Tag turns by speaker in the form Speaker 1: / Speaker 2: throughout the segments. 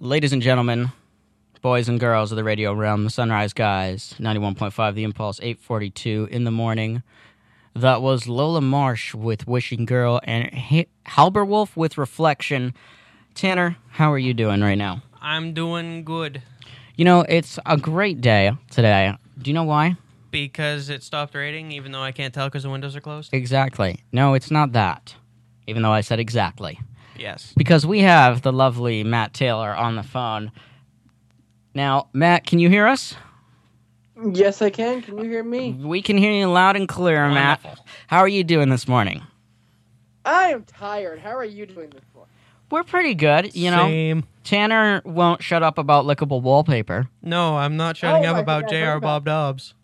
Speaker 1: Ladies and gentlemen, boys and girls of the radio realm, the Sunrise Guys, 91.5 The Impulse, 842 in the morning. That was Lola Marsh with Wishing Girl and H- Halberwolf with Reflection. Tanner, how are you doing right now?
Speaker 2: I'm doing good
Speaker 1: You know, it's a great day today. Do you know why?
Speaker 2: because it stopped raining, even though I can't tell because the windows are closed.
Speaker 1: Exactly. No, it's not that. Even though I said exactly.
Speaker 2: Yes.
Speaker 1: Because we have the lovely Matt Taylor on the phone. Now, Matt, can you hear us?
Speaker 3: Yes, I can. Can you hear me?
Speaker 1: We can hear you loud and clear, Matt.
Speaker 2: Wonderful.
Speaker 1: How are you doing this morning?
Speaker 3: I am tired. How are you doing this morning?
Speaker 1: We're pretty good, you know.
Speaker 2: Same.
Speaker 1: Tanner won't shut up about lickable wallpaper.
Speaker 2: No, I'm not shutting
Speaker 3: Oh,
Speaker 2: up
Speaker 3: I
Speaker 2: about
Speaker 3: forgot
Speaker 2: J.R.
Speaker 3: about
Speaker 2: Bob Dobbs.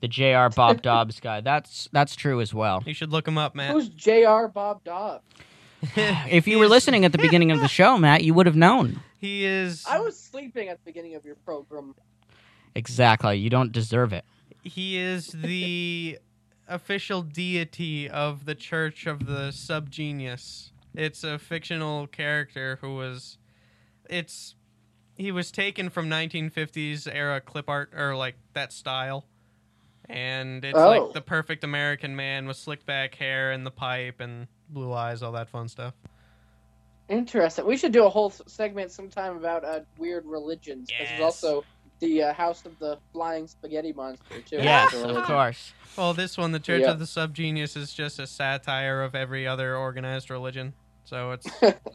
Speaker 1: The J.R. Bob Dobbs guy. That's that's true as well.
Speaker 2: You should look him up, man.
Speaker 3: Who's J.R. Bob Dobbs?
Speaker 1: If you were listening at the beginning of the show, Matt, you would have known.
Speaker 2: he is.
Speaker 3: I was sleeping at the beginning of your program.
Speaker 1: Exactly. You don't deserve it.
Speaker 2: He is the official deity of the Church of the Subgenius. It's a fictional character who was. It's. He was taken from 1950s era clip art or like that style. And it's
Speaker 3: Oh.
Speaker 2: like the perfect American man with slick back hair and the pipe and blue eyes, all that fun stuff.
Speaker 3: Interesting. We should do a whole s- segment sometime about uh, weird religions. 'cause
Speaker 2: Yes.
Speaker 3: There's also the uh, House of the Flying Spaghetti Monster, too.
Speaker 1: Yes,
Speaker 3: It's a
Speaker 1: of
Speaker 3: religion.
Speaker 1: course.
Speaker 2: Well, this one, the Church
Speaker 3: Yeah.
Speaker 2: of the Subgenius, is just a satire of every other organized religion. So it's.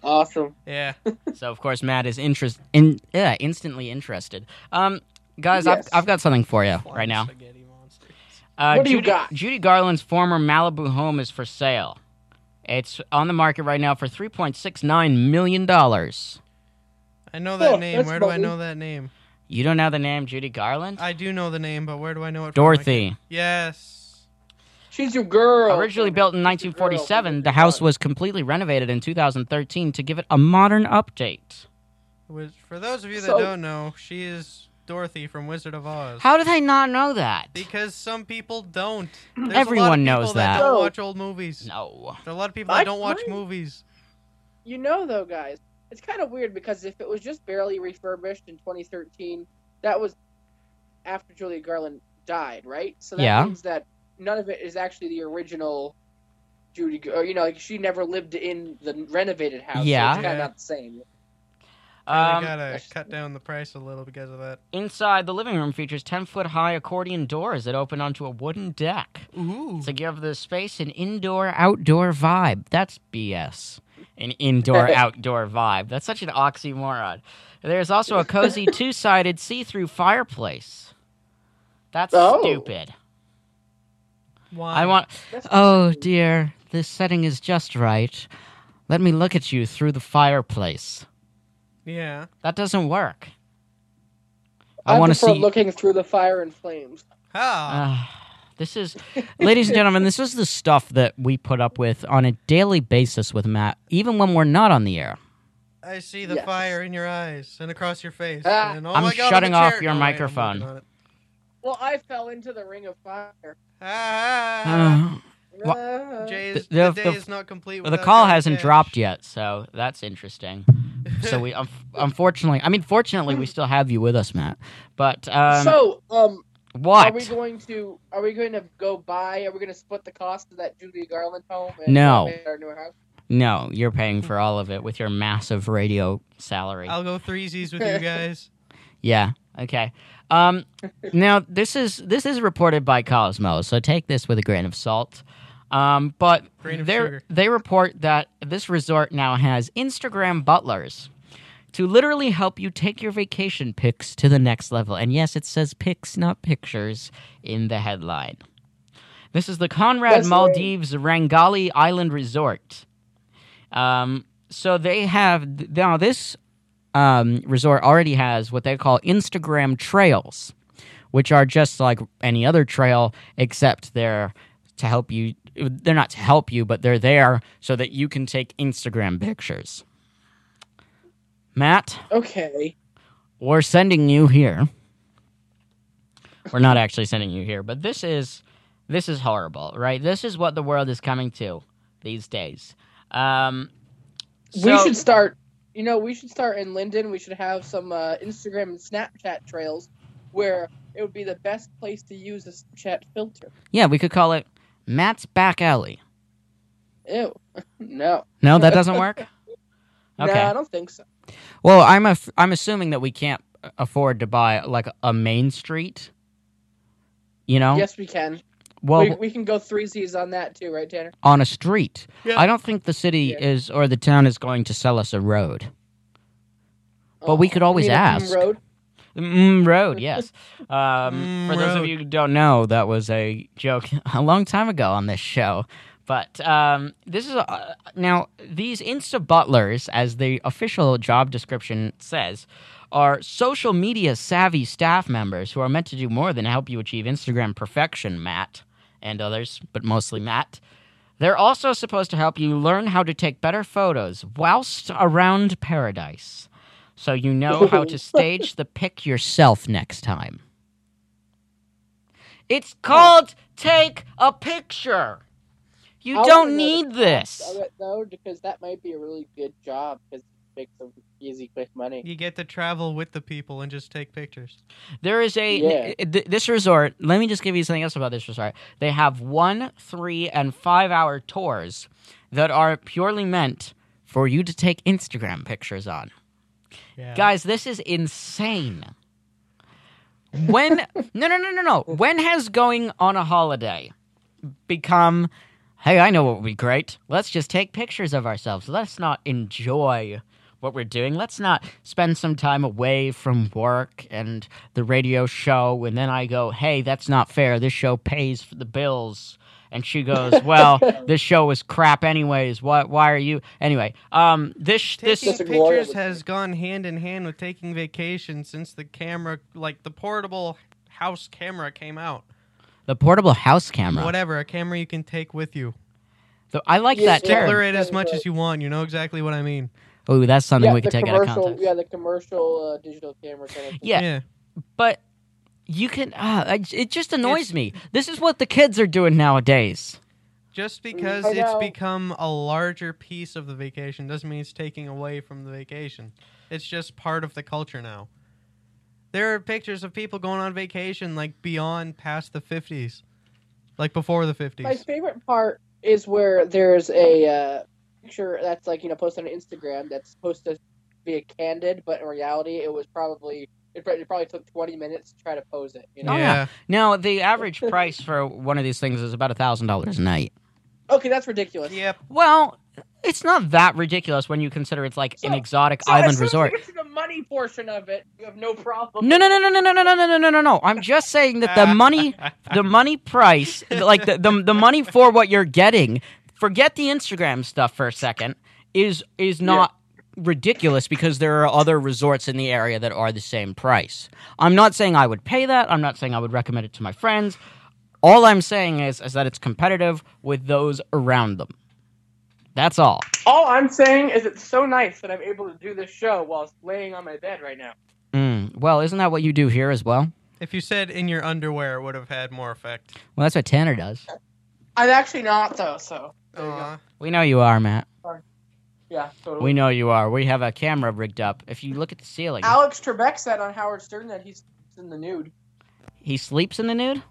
Speaker 3: Awesome.
Speaker 2: yeah.
Speaker 1: So of course Matt is interest in yeah, instantly interested. Um guys,
Speaker 3: Yes.
Speaker 1: I've, I've got something for you right now.
Speaker 2: Spaghetti monsters.
Speaker 1: Uh,
Speaker 3: What do you
Speaker 1: Judy,
Speaker 3: got?
Speaker 1: Judy Garland's former Malibu home is for sale. It's on the market right now for three point six nine million dollars.
Speaker 2: I know
Speaker 3: Oh,
Speaker 2: that name.
Speaker 3: that's
Speaker 2: Where do I
Speaker 3: funny.
Speaker 2: know that name?
Speaker 1: You don't know the name Judy Garland?
Speaker 2: I do know the name, but where do I know it? from? I can't-
Speaker 1: Dorothy.
Speaker 2: Yes.
Speaker 3: She's your girl.
Speaker 1: Originally built in
Speaker 3: She's your girl.
Speaker 1: 1947, the house was completely renovated in 2013 to give it a modern update.
Speaker 2: Which, for those of you that
Speaker 3: So-
Speaker 2: don't know, she is Dorothy from Wizard of Oz.
Speaker 1: How did I not know that?
Speaker 2: Because some people don't. There's a lot of
Speaker 1: Everyone knows
Speaker 2: people
Speaker 1: that.
Speaker 2: don't
Speaker 3: No.
Speaker 2: watch old movies.
Speaker 1: No.
Speaker 2: There are a lot of people
Speaker 3: I
Speaker 2: that don't watch
Speaker 3: couldn't-
Speaker 2: movies.
Speaker 3: You know, though, guys, it's kind of weird because if it was just barely refurbished in 2013, that was after Julia Garland died, right? So that
Speaker 1: Yeah.
Speaker 3: means that none of it is actually the original Judy. Gar- Or, you know, like she never lived in the renovated house.
Speaker 1: Yeah.
Speaker 3: so it's kind
Speaker 2: Yeah.
Speaker 3: of not the same.
Speaker 2: I
Speaker 1: Um,
Speaker 2: gotta
Speaker 3: that's-
Speaker 2: cut down the price a little because of that.
Speaker 1: Inside, the living room features 10 foot high accordion doors that open onto a wooden deck
Speaker 2: Ooh.
Speaker 1: to give the space an indoor outdoor vibe. That's BS. An indoor outdoor vibe. That's such an oxymoron. There's also a cozy two sided see through fireplace. That's
Speaker 3: Oh.
Speaker 1: stupid.
Speaker 2: Why?
Speaker 1: I want.
Speaker 3: That's
Speaker 1: Oh
Speaker 3: crazy.
Speaker 1: dear, this setting is just right. Let me look at you through the fireplace.
Speaker 2: Yeah.
Speaker 1: That doesn't work.
Speaker 3: I,
Speaker 1: I want to
Speaker 3: prefer
Speaker 1: see.
Speaker 3: looking through the fire and flames.
Speaker 2: Ha.
Speaker 1: Ah, this is, ladies and gentlemen, this is the stuff that we put up with on a daily basis with Matt, even when we're not on the air. Uh,
Speaker 2: I see the
Speaker 3: yes.
Speaker 2: fire in your eyes and across your face.
Speaker 3: Ah.
Speaker 2: and, oh
Speaker 1: I'm
Speaker 2: my God,
Speaker 1: shutting
Speaker 2: the
Speaker 1: off
Speaker 2: chair-
Speaker 1: your
Speaker 2: No, wait, I'm working
Speaker 1: microphone.
Speaker 2: on it.
Speaker 3: Well, I fell into the ring of fire.
Speaker 2: Ah.
Speaker 1: Uh, Wha-
Speaker 3: Ah.
Speaker 2: Jay
Speaker 1: The-
Speaker 2: is,
Speaker 1: the-
Speaker 2: the, day
Speaker 1: the-
Speaker 2: is not complete.
Speaker 1: well, the
Speaker 2: without
Speaker 1: call
Speaker 2: Johnny
Speaker 1: hasn't
Speaker 2: Cash.
Speaker 1: dropped yet, so that's interesting. So we, um, unfortunately, I mean, fortunately, we still have you with us, Matt. But um,
Speaker 3: so, um,
Speaker 1: what?
Speaker 3: are we going to are we going to go buy? Are we going to split the cost of that Judy Garland home? And
Speaker 1: No.
Speaker 3: renovate Our new house?
Speaker 1: No, you're paying for all of it with your massive radio salary.
Speaker 2: I'll go threesies with you guys.
Speaker 1: Yeah. Okay. Um, now this is this is reported by Cosmo, so take this with a grain of salt. Um, but
Speaker 2: Grain of
Speaker 1: they
Speaker 2: sugar.
Speaker 1: they report that this resort now has Instagram butlers to literally help you take your vacation pics to the next level. And yes, it says pics, not pictures, in the headline. This is the Conrad
Speaker 3: That's right.
Speaker 1: Maldives Rangali Island Resort. Um, so they have now this um, resort already has what they call Instagram trails, which are just like any other trail, except they're to help you. They're not to help you, but they're there so that you can take Instagram pictures. Matt,
Speaker 3: Okay.
Speaker 1: we're sending you here. We're not actually sending you here, but this is this is horrible, right? This is what the world is coming to these days. Um,
Speaker 3: we
Speaker 1: so-
Speaker 3: should start You know, we should start in Linden. We should have some uh, Instagram and Snapchat trails where it would be the best place to use a Snapchat filter.
Speaker 1: Yeah, we could call it Matt's Back Alley.
Speaker 3: Ew. no.
Speaker 1: No, that doesn't work. Okay.
Speaker 3: No, I don't think so.
Speaker 1: Well, I'm af- I'm assuming that we can't afford to buy like a main street. You know,
Speaker 3: Yes, we can.
Speaker 1: well,
Speaker 3: we, we can go three Z's on that too, right, Tanner?
Speaker 1: on a street.
Speaker 2: Yeah.
Speaker 1: I don't think the city
Speaker 3: Yeah.
Speaker 1: is or the town is going to sell us a road. But we could always
Speaker 3: You mean a
Speaker 1: ask.
Speaker 3: Road?
Speaker 1: Mm, road, yes. Um,
Speaker 2: Mm,
Speaker 1: for those of
Speaker 2: road.
Speaker 1: you who don't know, that was a joke a long time ago on this show. But um, this is uh, now these Insta butlers, as the official job description says, are social media savvy staff members who are meant to do more than help you achieve Instagram perfection, Matt and others, but mostly Matt. They're also supposed to help you learn how to take better photos whilst around paradise. So you know how to stage the pic yourself next time. It's called Take a Picture. You
Speaker 3: I wanna know
Speaker 1: don't
Speaker 3: the
Speaker 1: need
Speaker 3: cost
Speaker 1: this.
Speaker 3: of it, though, because that might be a really good job because it makes some easy, quick money.
Speaker 2: You get to travel with the people and just take pictures.
Speaker 1: There is a
Speaker 3: Yeah.
Speaker 1: th- th- this resort. Let me just give you something else about this resort. They have one, three, and five hour tours that are purely meant for you to take Instagram pictures on.
Speaker 2: Yeah.
Speaker 1: Guys, this is insane. When no no no no no. When has going on a holiday become hey, I know what would be great. Let's just take pictures of ourselves. Let's not enjoy what we're doing. Let's not spend some time away from work and the radio show and then I go, "Hey, that's not fair. This show pays for the bills." And she goes, "Well, this show was crap anyways. Why why are you Anyway, um this this
Speaker 2: Taking
Speaker 3: That's a glorious
Speaker 2: pictures has gone hand in hand with taking vacation since the camera, like the portable house camera, came out.
Speaker 1: the portable house camera.
Speaker 2: Whatever, a camera you can take with you.
Speaker 1: So I like
Speaker 3: Yeah,
Speaker 1: that
Speaker 3: yeah.
Speaker 1: term.
Speaker 2: Blur
Speaker 3: Sure.
Speaker 2: it as much as you want. You know exactly what I mean.
Speaker 1: Ooh, that's something
Speaker 3: yeah,
Speaker 1: we could
Speaker 3: the
Speaker 1: take out of
Speaker 3: commercial,
Speaker 1: context.
Speaker 3: Yeah, the commercial uh, digital camera kind of thing.
Speaker 1: Yeah. But you can. Uh, I- it just annoys
Speaker 2: It's-
Speaker 1: me. This is what the kids are doing nowadays.
Speaker 2: Just because
Speaker 3: I
Speaker 2: it's
Speaker 3: know.
Speaker 2: become a larger piece of the vacation doesn't mean it's taking away from the vacation. It's just part of the culture now. There are pictures of people going on vacation like beyond past the 50s, like before the 50s.
Speaker 3: My favorite part is where there's a uh, picture that's like you know posted on Instagram that's supposed to be a candid, but in reality, it was probably it probably, it probably took 20 minutes to try to pose it. You know?
Speaker 1: Oh,
Speaker 2: yeah.
Speaker 1: yeah. Now the average price for one of these things is about a thousand dollars a
Speaker 3: Hmm.
Speaker 1: night.
Speaker 3: Okay, that's ridiculous.
Speaker 2: Yep.
Speaker 1: Well, it's not that ridiculous when you consider it's like an
Speaker 3: So-
Speaker 1: exotic
Speaker 3: So as
Speaker 1: island
Speaker 3: soon as you
Speaker 1: resort.
Speaker 3: get to the money portion of it, you have no problem.
Speaker 1: No, no, no, no, no, no, no, no, no, no, no, no. I'm just saying that
Speaker 3: Uh,
Speaker 1: the money the money price, like the, the the money for what you're getting, forget the Instagram stuff for a second, is is not ridiculous because there are other resorts in the area that are the same price. I'm not saying I would pay that. I'm not saying I would recommend it to my friends. All I'm saying is is that it's competitive with those around them. That's all.
Speaker 3: All I'm saying is it's so nice that I'm able to do this show whilst laying on my bed right now.
Speaker 1: Mm. Well, isn't that what you do here as well?
Speaker 2: If you said in your underwear, it would have had more effect.
Speaker 1: Well, that's what Tanner does.
Speaker 3: I'm actually not though, so There you go.
Speaker 2: Aw.
Speaker 1: We know you are, Matt.
Speaker 3: yeah, totally.
Speaker 1: We know you are. We have a camera rigged up. If you look at the ceiling,
Speaker 3: Alex Trebek said on Howard Stern that he's in the nude.
Speaker 1: He sleeps in the nude?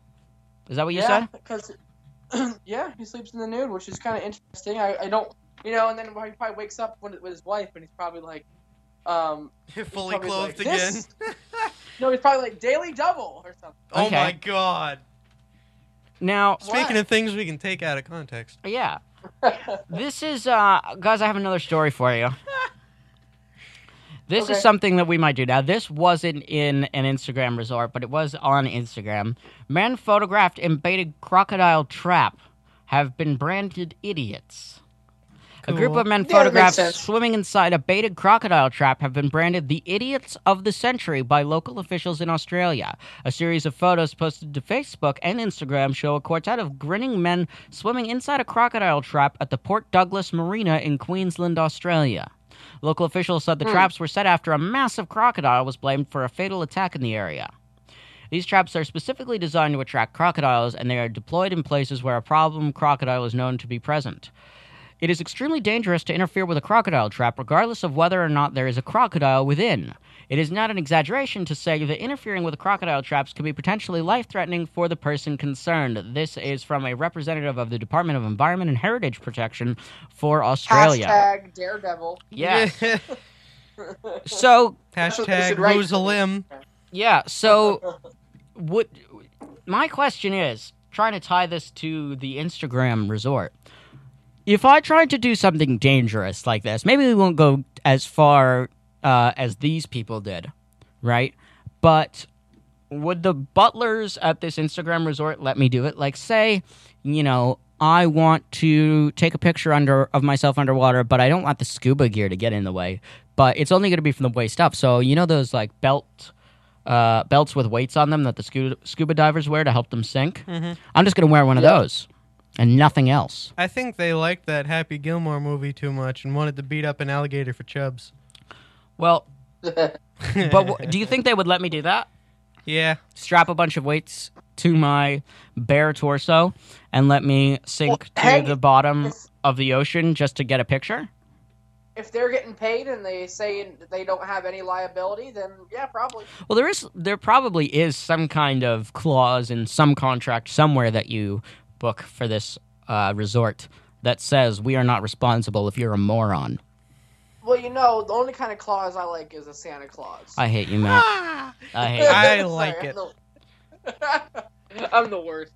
Speaker 1: Is that what you
Speaker 3: yeah,
Speaker 1: said?
Speaker 3: because yeah, he sleeps in the nude, which is kind of interesting. I, I don't, you know, and then he probably wakes up when, with his wife, and he's probably like, um, he's
Speaker 2: Fully
Speaker 3: probably
Speaker 2: clothed
Speaker 3: like,
Speaker 2: again.
Speaker 3: "This- no, he's probably like daily double or something.
Speaker 2: Oh
Speaker 1: Okay.
Speaker 2: my god.
Speaker 1: Now,
Speaker 3: What?
Speaker 2: Speaking of things we can take out of context.
Speaker 1: yeah. This is uh guys, I have another story for you. This
Speaker 3: Okay.
Speaker 1: is something that we might do. Now, this wasn't in an Instagram resort, but it was on Instagram. Men photographed in baited crocodile trap have been branded idiots. A group
Speaker 2: Cool.
Speaker 1: of men
Speaker 3: Yeah, that makes
Speaker 1: photographed
Speaker 3: sense.
Speaker 1: swimming inside a baited crocodile trap have been branded the idiots of the century by local officials in Australia. A series of photos posted to Facebook and Instagram show a quartet of grinning men swimming inside a crocodile trap at the Port Douglas Marina in Queensland, Australia. Local officials said the
Speaker 3: Hmm.
Speaker 1: traps were set after a massive crocodile was blamed for a fatal attack in the area. These traps are specifically designed to attract crocodiles, and they are deployed in places where a problem crocodile is known to be present. It is extremely dangerous to interfere with a crocodile trap, regardless of whether or not there is a crocodile within. It is not an exaggeration to say that interfering with crocodile traps can be potentially life threatening for the person concerned. This is from a representative of the Department of Environment and Heritage Protection for Australia.
Speaker 3: Hashtag Daredevil.
Speaker 1: Yeah. So,
Speaker 2: Hashtag
Speaker 3: write-
Speaker 2: lose a limb.
Speaker 1: yeah, so what my question is trying to tie this to the Instagram resort. If I tried to do something dangerous like this, maybe we won't go as far uh, as these people did, right? But would the butlers at this Instagram resort let me do it? Like, say, you know, I want to take a picture under of myself underwater, but I don't want the scuba gear to get in the way. But it's only going to be from the waist up. So you know those like belt uh, belts with weights on them that the scuba, scuba divers wear to help them sink. I'm just going to wear one of
Speaker 3: Yeah.
Speaker 1: those and nothing else.
Speaker 2: I think they liked that Happy Gilmore movie too much and wanted to beat up an alligator for chubs.
Speaker 1: Well,
Speaker 3: but
Speaker 1: but w- do you think they would let me do that?
Speaker 2: yeah.
Speaker 1: Strap a bunch of weights to my bare torso and let me sink
Speaker 3: Well, hey,
Speaker 1: to the bottom
Speaker 3: it's-
Speaker 1: of the ocean just to get a picture?
Speaker 3: if they're getting paid and they say they don't have any liability, then yeah, probably.
Speaker 1: Well, there is there probably is some kind of clause in some contract somewhere that you book for this uh, resort that says we are not responsible if you're a moron.
Speaker 3: Well, you know, the only kind of clause I like is a Santa Claus.
Speaker 1: I hate you, Matt.
Speaker 2: Ah!
Speaker 1: I hate. You.
Speaker 2: I like
Speaker 3: Sorry,
Speaker 2: it.
Speaker 3: I'm the, I'm the worst.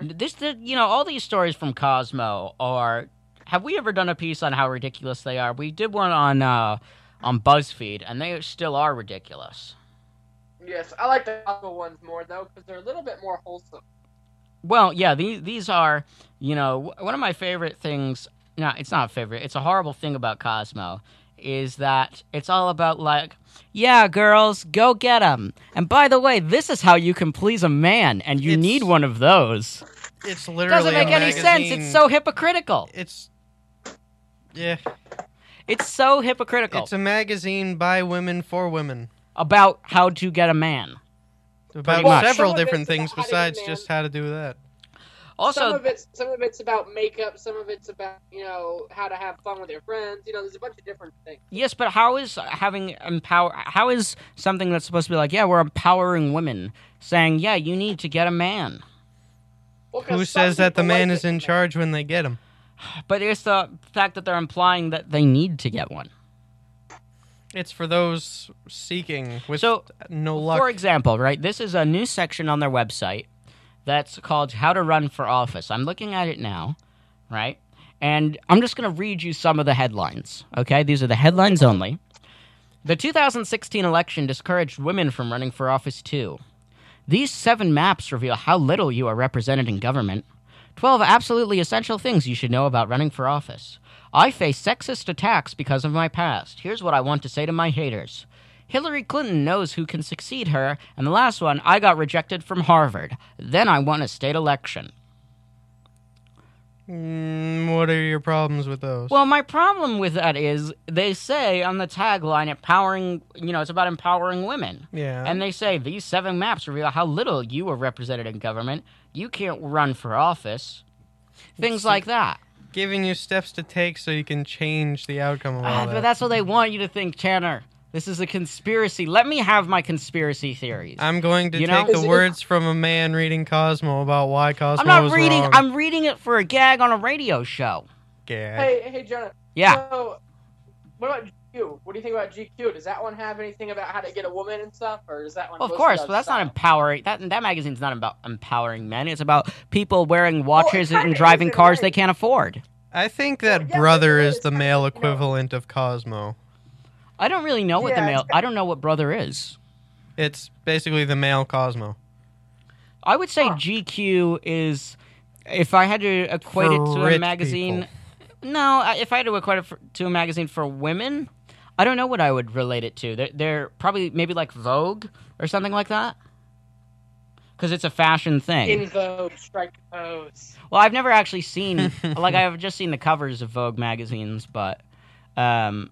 Speaker 1: This, the, you know, all these stories from Cosmo are. Have we ever done a piece on how ridiculous they are? We did one on uh, on BuzzFeed, and they still are ridiculous.
Speaker 3: Yes, I like the Costco ones more though because they're a little bit more wholesome.
Speaker 1: Well, yeah, these these are, you know, wh- one of my favorite things. No, it's not a favorite. It's a horrible thing about Cosmo is that it's all about like, yeah, girls, go get them. And by the way, this is how you can please a man, and you
Speaker 2: It's-
Speaker 1: need one of those.
Speaker 2: It's literally
Speaker 1: Doesn't make
Speaker 2: a
Speaker 1: any sense.
Speaker 2: magazine.
Speaker 1: It's so hypocritical.
Speaker 2: It's yeah.
Speaker 1: It's so hypocritical
Speaker 2: It's a magazine by women for women
Speaker 1: about how to get a man.
Speaker 2: about
Speaker 1: much.
Speaker 2: several
Speaker 3: Some of it's
Speaker 2: different things
Speaker 3: about how to
Speaker 2: besides
Speaker 3: man-
Speaker 2: just how to do that.
Speaker 3: some
Speaker 1: Also,
Speaker 3: of it's some of it's about makeup, some of it's about you know how to have fun with your friends. You know, there's a bunch of different things.
Speaker 1: Yes, but how is having empower? How is something that's supposed to be like, yeah, we're empowering women, saying, yeah, you need to get a man.
Speaker 3: Well, 'cause
Speaker 2: Who
Speaker 3: some
Speaker 2: says that the
Speaker 3: people
Speaker 2: man
Speaker 3: like
Speaker 2: is
Speaker 3: it.
Speaker 2: in charge when they get him?
Speaker 1: But it's the fact that they're implying that they need to get one.
Speaker 2: It's for those seeking with
Speaker 1: So,
Speaker 2: no luck.
Speaker 1: For example, right, this is a new section on their website that's called "How to Run for Office." I'm looking at it now, right, and I'm just going to read you some of the headlines. Okay, these are the headlines only. The 2016 election discouraged women from running for office too. These seven maps reveal how little you are represented in government. 12 absolutely essential things you should know about running for office. I face sexist attacks because of my past. Here's what I want to say to my haters Hillary Clinton knows who can succeed her, and the last one, I got rejected from Harvard. Then I won a state election.
Speaker 2: Mm, what are your problems with those?
Speaker 1: Well, my problem with that is they say on the tagline, empowering, you know, it's about empowering women.
Speaker 2: yeah.
Speaker 1: And they say these seven maps reveal how little you were represented in government. You can't run for office. Things like that.
Speaker 2: giving you steps to take so you can change the outcome of all
Speaker 1: Ah,
Speaker 2: that.
Speaker 1: but that's what they want you to think, Tanner. This is a conspiracy. Let me have my conspiracy theories.
Speaker 2: I'm going to
Speaker 1: You know?
Speaker 2: take
Speaker 3: Is
Speaker 2: the
Speaker 3: it-
Speaker 2: words from a man reading Cosmo about why Cosmo
Speaker 1: I'm not
Speaker 2: was
Speaker 1: reading.
Speaker 2: wrong.
Speaker 1: I'm reading it for a gag on a radio show.
Speaker 2: Gag.
Speaker 3: Hey, hey, Jonah.
Speaker 1: Yeah.
Speaker 3: So, what about GQ? What do you think about GQ? Does that one have anything about how to get a woman and stuff, or is that one?
Speaker 1: Well, of
Speaker 3: mostly
Speaker 1: course,
Speaker 3: about
Speaker 1: but that's not
Speaker 3: style?
Speaker 1: empowering. That that magazine's not about empowering men. It's about people wearing watches
Speaker 3: kinda
Speaker 1: and
Speaker 3: is
Speaker 1: driving
Speaker 3: in a
Speaker 1: cars
Speaker 3: way.
Speaker 1: they can't afford.
Speaker 2: I think that
Speaker 3: Well, yeah,
Speaker 2: brother
Speaker 3: but
Speaker 2: is
Speaker 3: it's
Speaker 2: the
Speaker 3: not-
Speaker 2: male
Speaker 3: you know-
Speaker 2: equivalent of Cosmo.
Speaker 1: I don't really know what
Speaker 3: Yeah,
Speaker 1: the
Speaker 3: it's
Speaker 1: male. I don't know what brother is.
Speaker 2: It's basically the male Cosmo.
Speaker 1: I would say
Speaker 3: Huh.
Speaker 1: GQ is. If I had to equate
Speaker 2: For
Speaker 1: it to a
Speaker 2: rich
Speaker 1: magazine,
Speaker 2: people.
Speaker 1: no. I- If I had to equate it for, to a magazine for women, I don't know what I would relate it to. They're, they're probably maybe like Vogue or something like that, because it's a fashion thing.
Speaker 3: in Vogue, strike a pose.
Speaker 1: Well, I've never actually seen like I've just seen the covers of Vogue magazines, but um,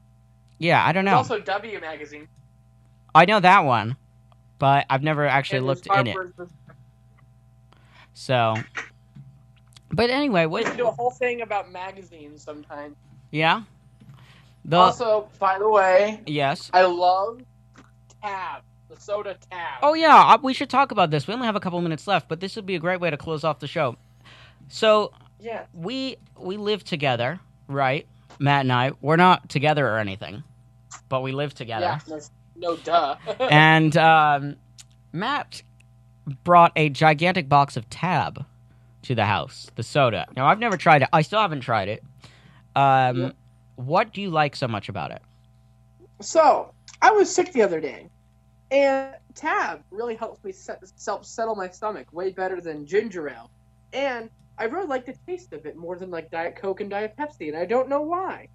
Speaker 1: yeah, I don't know.
Speaker 3: Also, W magazine.
Speaker 1: I know that one, but I've never actually
Speaker 3: And
Speaker 1: looked
Speaker 3: there's
Speaker 1: in it.
Speaker 3: Harper's-
Speaker 1: So But anyway,
Speaker 3: We should
Speaker 1: what?
Speaker 3: do a whole thing about magazines sometime.
Speaker 1: Yeah. The
Speaker 3: also, by the way,
Speaker 1: yes.
Speaker 3: I love Tab, the soda Tab.
Speaker 1: Oh yeah, I- we should talk about this. We only have a couple minutes left, but this would be a great way to close off the show. So
Speaker 3: yeah.
Speaker 1: we we live together, right? Matt and I. We're not together or anything, but we live together.
Speaker 3: Yeah. No, no duh.
Speaker 1: and um, Matt brought a gigantic box of Tab to the house, the soda. Now I've never tried it. I still haven't tried it. Um,
Speaker 3: Yeah.
Speaker 1: What do you like so much about it?
Speaker 3: So I was sick the other day, and Tab really helps me set, self settle my stomach way better than ginger ale, and I really like the taste of it more than like Diet Coke and Diet Pepsi, and I don't know why.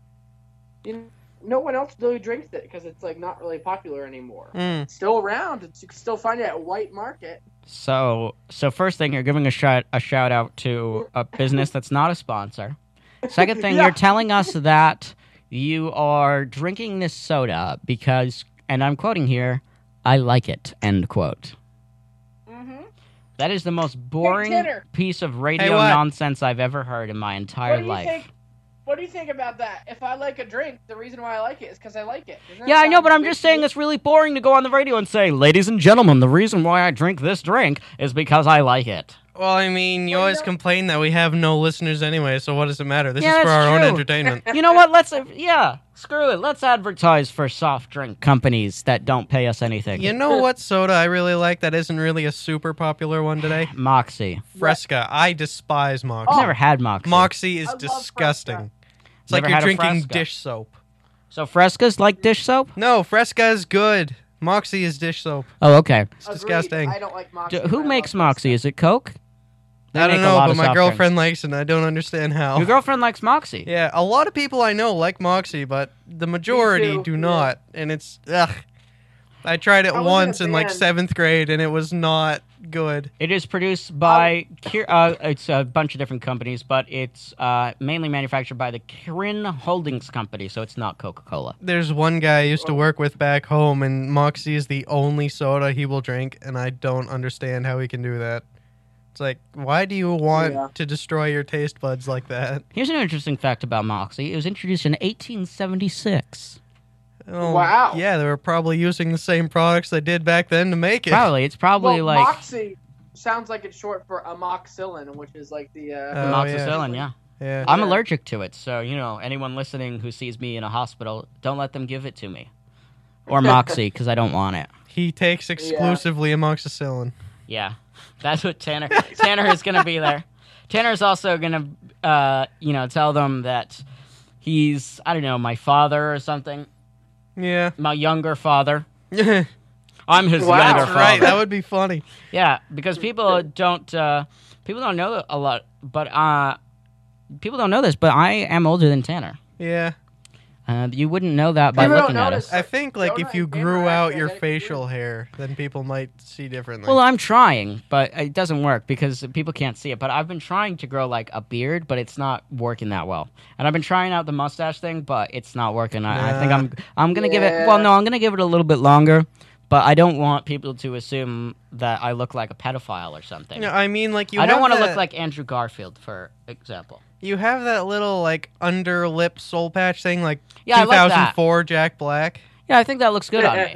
Speaker 3: You know, no one else really drinks it because it's like not really popular anymore.
Speaker 2: Mm.
Speaker 3: It's still around. It's, you can still find it at White Market.
Speaker 1: So, so first thing, you're giving a shout a shout out to a business that's not a sponsor. Second thing,
Speaker 3: Yeah.
Speaker 1: you're telling us that you are drinking this soda because, and I'm quoting here, "I like it." End quote.
Speaker 3: Mm-hmm.
Speaker 1: That is the most boring
Speaker 3: Tanner.
Speaker 1: piece of radio
Speaker 2: Hey, what?
Speaker 1: nonsense I've ever heard in my
Speaker 3: What
Speaker 1: entire
Speaker 3: do you
Speaker 1: life.
Speaker 3: think? What do you think about that? If I like a drink, the reason why I like it is because I like it. Doesn't that
Speaker 1: Yeah, I know,
Speaker 3: sound
Speaker 1: but I'm just saying
Speaker 3: ridiculous?
Speaker 1: it's really boring to go on the radio and say, "Ladies and gentlemen, the reason why I drink this drink is because I like it."
Speaker 2: Well, I mean, you
Speaker 3: Well, you
Speaker 2: always
Speaker 3: know-
Speaker 2: complain that we have no listeners anyway, so what does it matter? This
Speaker 1: Yeah,
Speaker 2: is for
Speaker 1: that's
Speaker 2: our
Speaker 1: true.
Speaker 2: own entertainment.
Speaker 1: You know what? Let's yeah, screw it. Let's advertise for soft drink companies that don't pay us anything.
Speaker 2: You know what soda I really like that isn't really a super popular one today?
Speaker 1: Moxie.
Speaker 2: Fresca. I despise Moxie.
Speaker 1: I've Oh. never had Moxie.
Speaker 2: Moxie is
Speaker 3: I love
Speaker 2: disgusting.
Speaker 3: Fresca.
Speaker 2: It's
Speaker 1: Never
Speaker 2: like you're
Speaker 1: had a
Speaker 2: drinking
Speaker 1: Fresca.
Speaker 2: dish soap.
Speaker 1: so Fresca's like dish soap.
Speaker 2: No, Fresca is good. Moxie is dish soap.
Speaker 1: Oh, okay.
Speaker 2: It's
Speaker 3: Agreed.
Speaker 2: disgusting.
Speaker 3: I don't like Moxie.
Speaker 1: D-
Speaker 3: but I
Speaker 1: who
Speaker 3: love
Speaker 1: makes
Speaker 3: Fresca.
Speaker 1: Moxie? Is it Coke? They
Speaker 2: I don't
Speaker 1: make a
Speaker 2: know,
Speaker 1: lot
Speaker 2: but
Speaker 1: of
Speaker 2: my
Speaker 1: soft
Speaker 2: girlfriend
Speaker 1: drinks.
Speaker 2: likes it, and I don't understand how.
Speaker 1: Your girlfriend likes Moxie.
Speaker 2: yeah, a lot of people I know like Moxie, but the majority
Speaker 3: too,
Speaker 2: do
Speaker 3: yeah.
Speaker 2: not, and it's ugh. I tried it
Speaker 3: I wasn't a
Speaker 2: once in like
Speaker 3: fan.
Speaker 2: seventh grade, and it was not good.
Speaker 1: It is produced by
Speaker 3: Oh.
Speaker 1: Kir- uh, it's a bunch of different companies, but it's uh, mainly manufactured by the Kirin Holdings Company, so it's not Coca Cola.
Speaker 2: There's one guy I used to work with back home, and Moxie is the only soda he will drink, and I don't understand how he can do that. It's like, why do you want
Speaker 3: Yeah.
Speaker 2: to destroy your taste buds like that?
Speaker 1: Here's an interesting fact about Moxie: it was introduced in 1876.
Speaker 2: Oh,
Speaker 3: Wow.
Speaker 2: Yeah, they were probably using the same products they did back then to make it.
Speaker 1: Probably it's probably
Speaker 3: well,
Speaker 1: like
Speaker 3: Moxie sounds like it's short for amoxicillin, which is like the. Uh,
Speaker 2: Oh,
Speaker 1: amoxicillin.
Speaker 3: yeah.
Speaker 1: Yeah.
Speaker 2: Yeah.
Speaker 1: I'm
Speaker 3: Yeah.
Speaker 1: allergic to it, so you know anyone listening who sees me in a hospital, don't let them give it to me or Moxie because I don't want it.
Speaker 2: He takes exclusively amoxicillin.
Speaker 1: Yeah, that's what Tanner. Tanner is gonna be there. Tanner's also gonna, uh, you know, tell them that he's I don't know my father or something,
Speaker 2: Yeah.
Speaker 1: my younger father.
Speaker 2: That's
Speaker 1: I'm his
Speaker 3: Wow.
Speaker 1: younger
Speaker 3: That's
Speaker 1: father.
Speaker 2: right. That would be funny.
Speaker 1: Yeah, because people don't uh, people don't know a lot, but uh, people don't know this. But I am older than Tanner.
Speaker 2: Yeah.
Speaker 1: Uh, you wouldn't know that by
Speaker 3: People don't
Speaker 1: looking at
Speaker 3: notice.
Speaker 1: us.
Speaker 2: I think like
Speaker 3: Jonah
Speaker 2: if you
Speaker 3: and Cameron
Speaker 2: grew
Speaker 3: are
Speaker 2: out
Speaker 3: actually
Speaker 2: your
Speaker 3: identical.
Speaker 2: facial hair, then people might see differently.
Speaker 1: Well, I'm trying, but it doesn't work because people can't see it. But I've been trying to grow like a beard, but it's not working that well. And I've been trying out the mustache thing, but it's not working. I, I think
Speaker 2: Nah.
Speaker 1: I'm I'm gonna give it. Well,
Speaker 3: Yeah.
Speaker 1: no, I'm gonna give it a little bit longer. But I don't want people to assume that I look like a pedophile or something.
Speaker 2: No, I mean like you
Speaker 1: I don't
Speaker 2: want to
Speaker 1: look like Andrew Garfield, for example.
Speaker 2: you have that little like under lip soul patch thing like
Speaker 1: Yeah, I like that.
Speaker 2: 2004 Jack Black.
Speaker 1: Yeah, I think that looks good on me.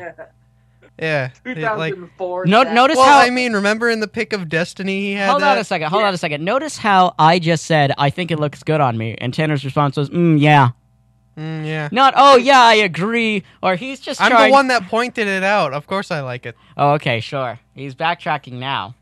Speaker 2: Yeah. It, Uh, like
Speaker 3: 2004.
Speaker 1: No-
Speaker 3: Jack.
Speaker 1: notice-
Speaker 2: well,
Speaker 1: how-
Speaker 2: I mean, remember in the pick of Destiny he had
Speaker 1: Hold
Speaker 2: that?
Speaker 1: on a second. Hold on a second. Notice how I just said I think it looks good on me, and Tanner's response was, mm, "Yeah."
Speaker 2: Mm, yeah.
Speaker 1: Not, "Oh yeah, I agree," or he's just
Speaker 2: I'm
Speaker 1: trying.
Speaker 2: the one that pointed it out. Of course I like it.
Speaker 1: Oh, okay, sure. He's backtracking now.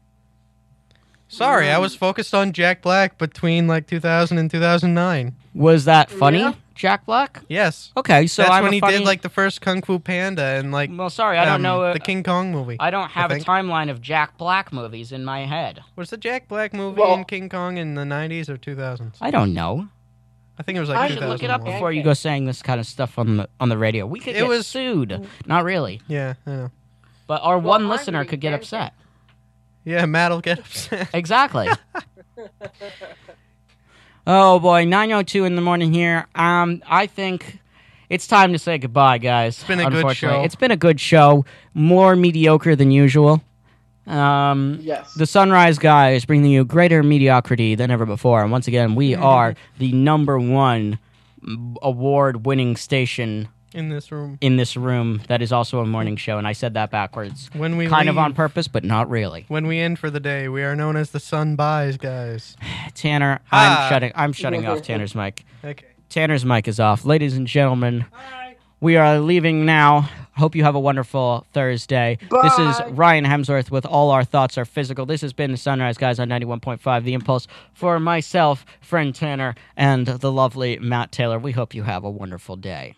Speaker 2: Sorry, I
Speaker 3: Mm.
Speaker 2: was focused on Jack Black between like 2000 and 2009.
Speaker 1: Was that funny,
Speaker 3: Yeah.
Speaker 1: Jack Black?
Speaker 2: Yes.
Speaker 1: Okay, so
Speaker 2: That's
Speaker 1: I'm
Speaker 2: when
Speaker 1: a
Speaker 2: he
Speaker 1: funny...
Speaker 2: did like the first Kung Fu Panda and like
Speaker 1: Well, sorry, I don't
Speaker 2: um,
Speaker 1: know. uh,
Speaker 2: the King Kong movie.
Speaker 1: I don't have a
Speaker 2: think.
Speaker 1: timeline of Jack Black movies in my head.
Speaker 2: Was the Jack Black movie
Speaker 3: Well-
Speaker 2: in King Kong in the 90s or 2000s?
Speaker 1: I don't know.
Speaker 2: I think it was like
Speaker 3: I
Speaker 1: you should look it
Speaker 2: 2001.
Speaker 1: up
Speaker 3: Yeah,
Speaker 1: before you
Speaker 3: okay.
Speaker 1: go saying this kind of stuff on the on the radio. We could
Speaker 2: It
Speaker 1: get
Speaker 2: was-
Speaker 1: sued. Not really,
Speaker 2: Yeah, I know.
Speaker 1: but our
Speaker 3: Well,
Speaker 1: one
Speaker 3: I'm
Speaker 1: listener
Speaker 3: doing
Speaker 1: could get
Speaker 3: pancake.
Speaker 1: upset.
Speaker 2: Yeah, Matt'll get upset.
Speaker 1: Exactly. oh boy, 9:02 in the morning here. Um I think it's time to say goodbye, guys. It's
Speaker 2: been a good show.
Speaker 1: It's been a good show, more mediocre than usual. Um,
Speaker 3: Yes.
Speaker 1: the Sunrise Guy is bringing you greater mediocrity than ever before. And once again, we are the number one award winning station
Speaker 2: in this room.
Speaker 1: in this room that is also a morning show. And I said that backwards.
Speaker 2: When we
Speaker 1: kind of
Speaker 2: leave-
Speaker 1: on purpose, but not really.
Speaker 2: When we end for the day, we are known as the Sun Buys guys.
Speaker 1: Tanner,
Speaker 2: Ah.
Speaker 1: I'm shutting I'm shutting off Tanner's mic.
Speaker 2: Okay.
Speaker 1: Tanner's mic is off. Ladies and gentlemen, we are leaving now. Hope you have a wonderful Thursday. This
Speaker 3: Bye.
Speaker 1: is Ryan Hemsworth with All Our Thoughts Are Physical. This has been the Sunrise Guys on 91.5 The Impulse for myself, friend Tanner, and the lovely Matt Taylor. We hope you have a wonderful day.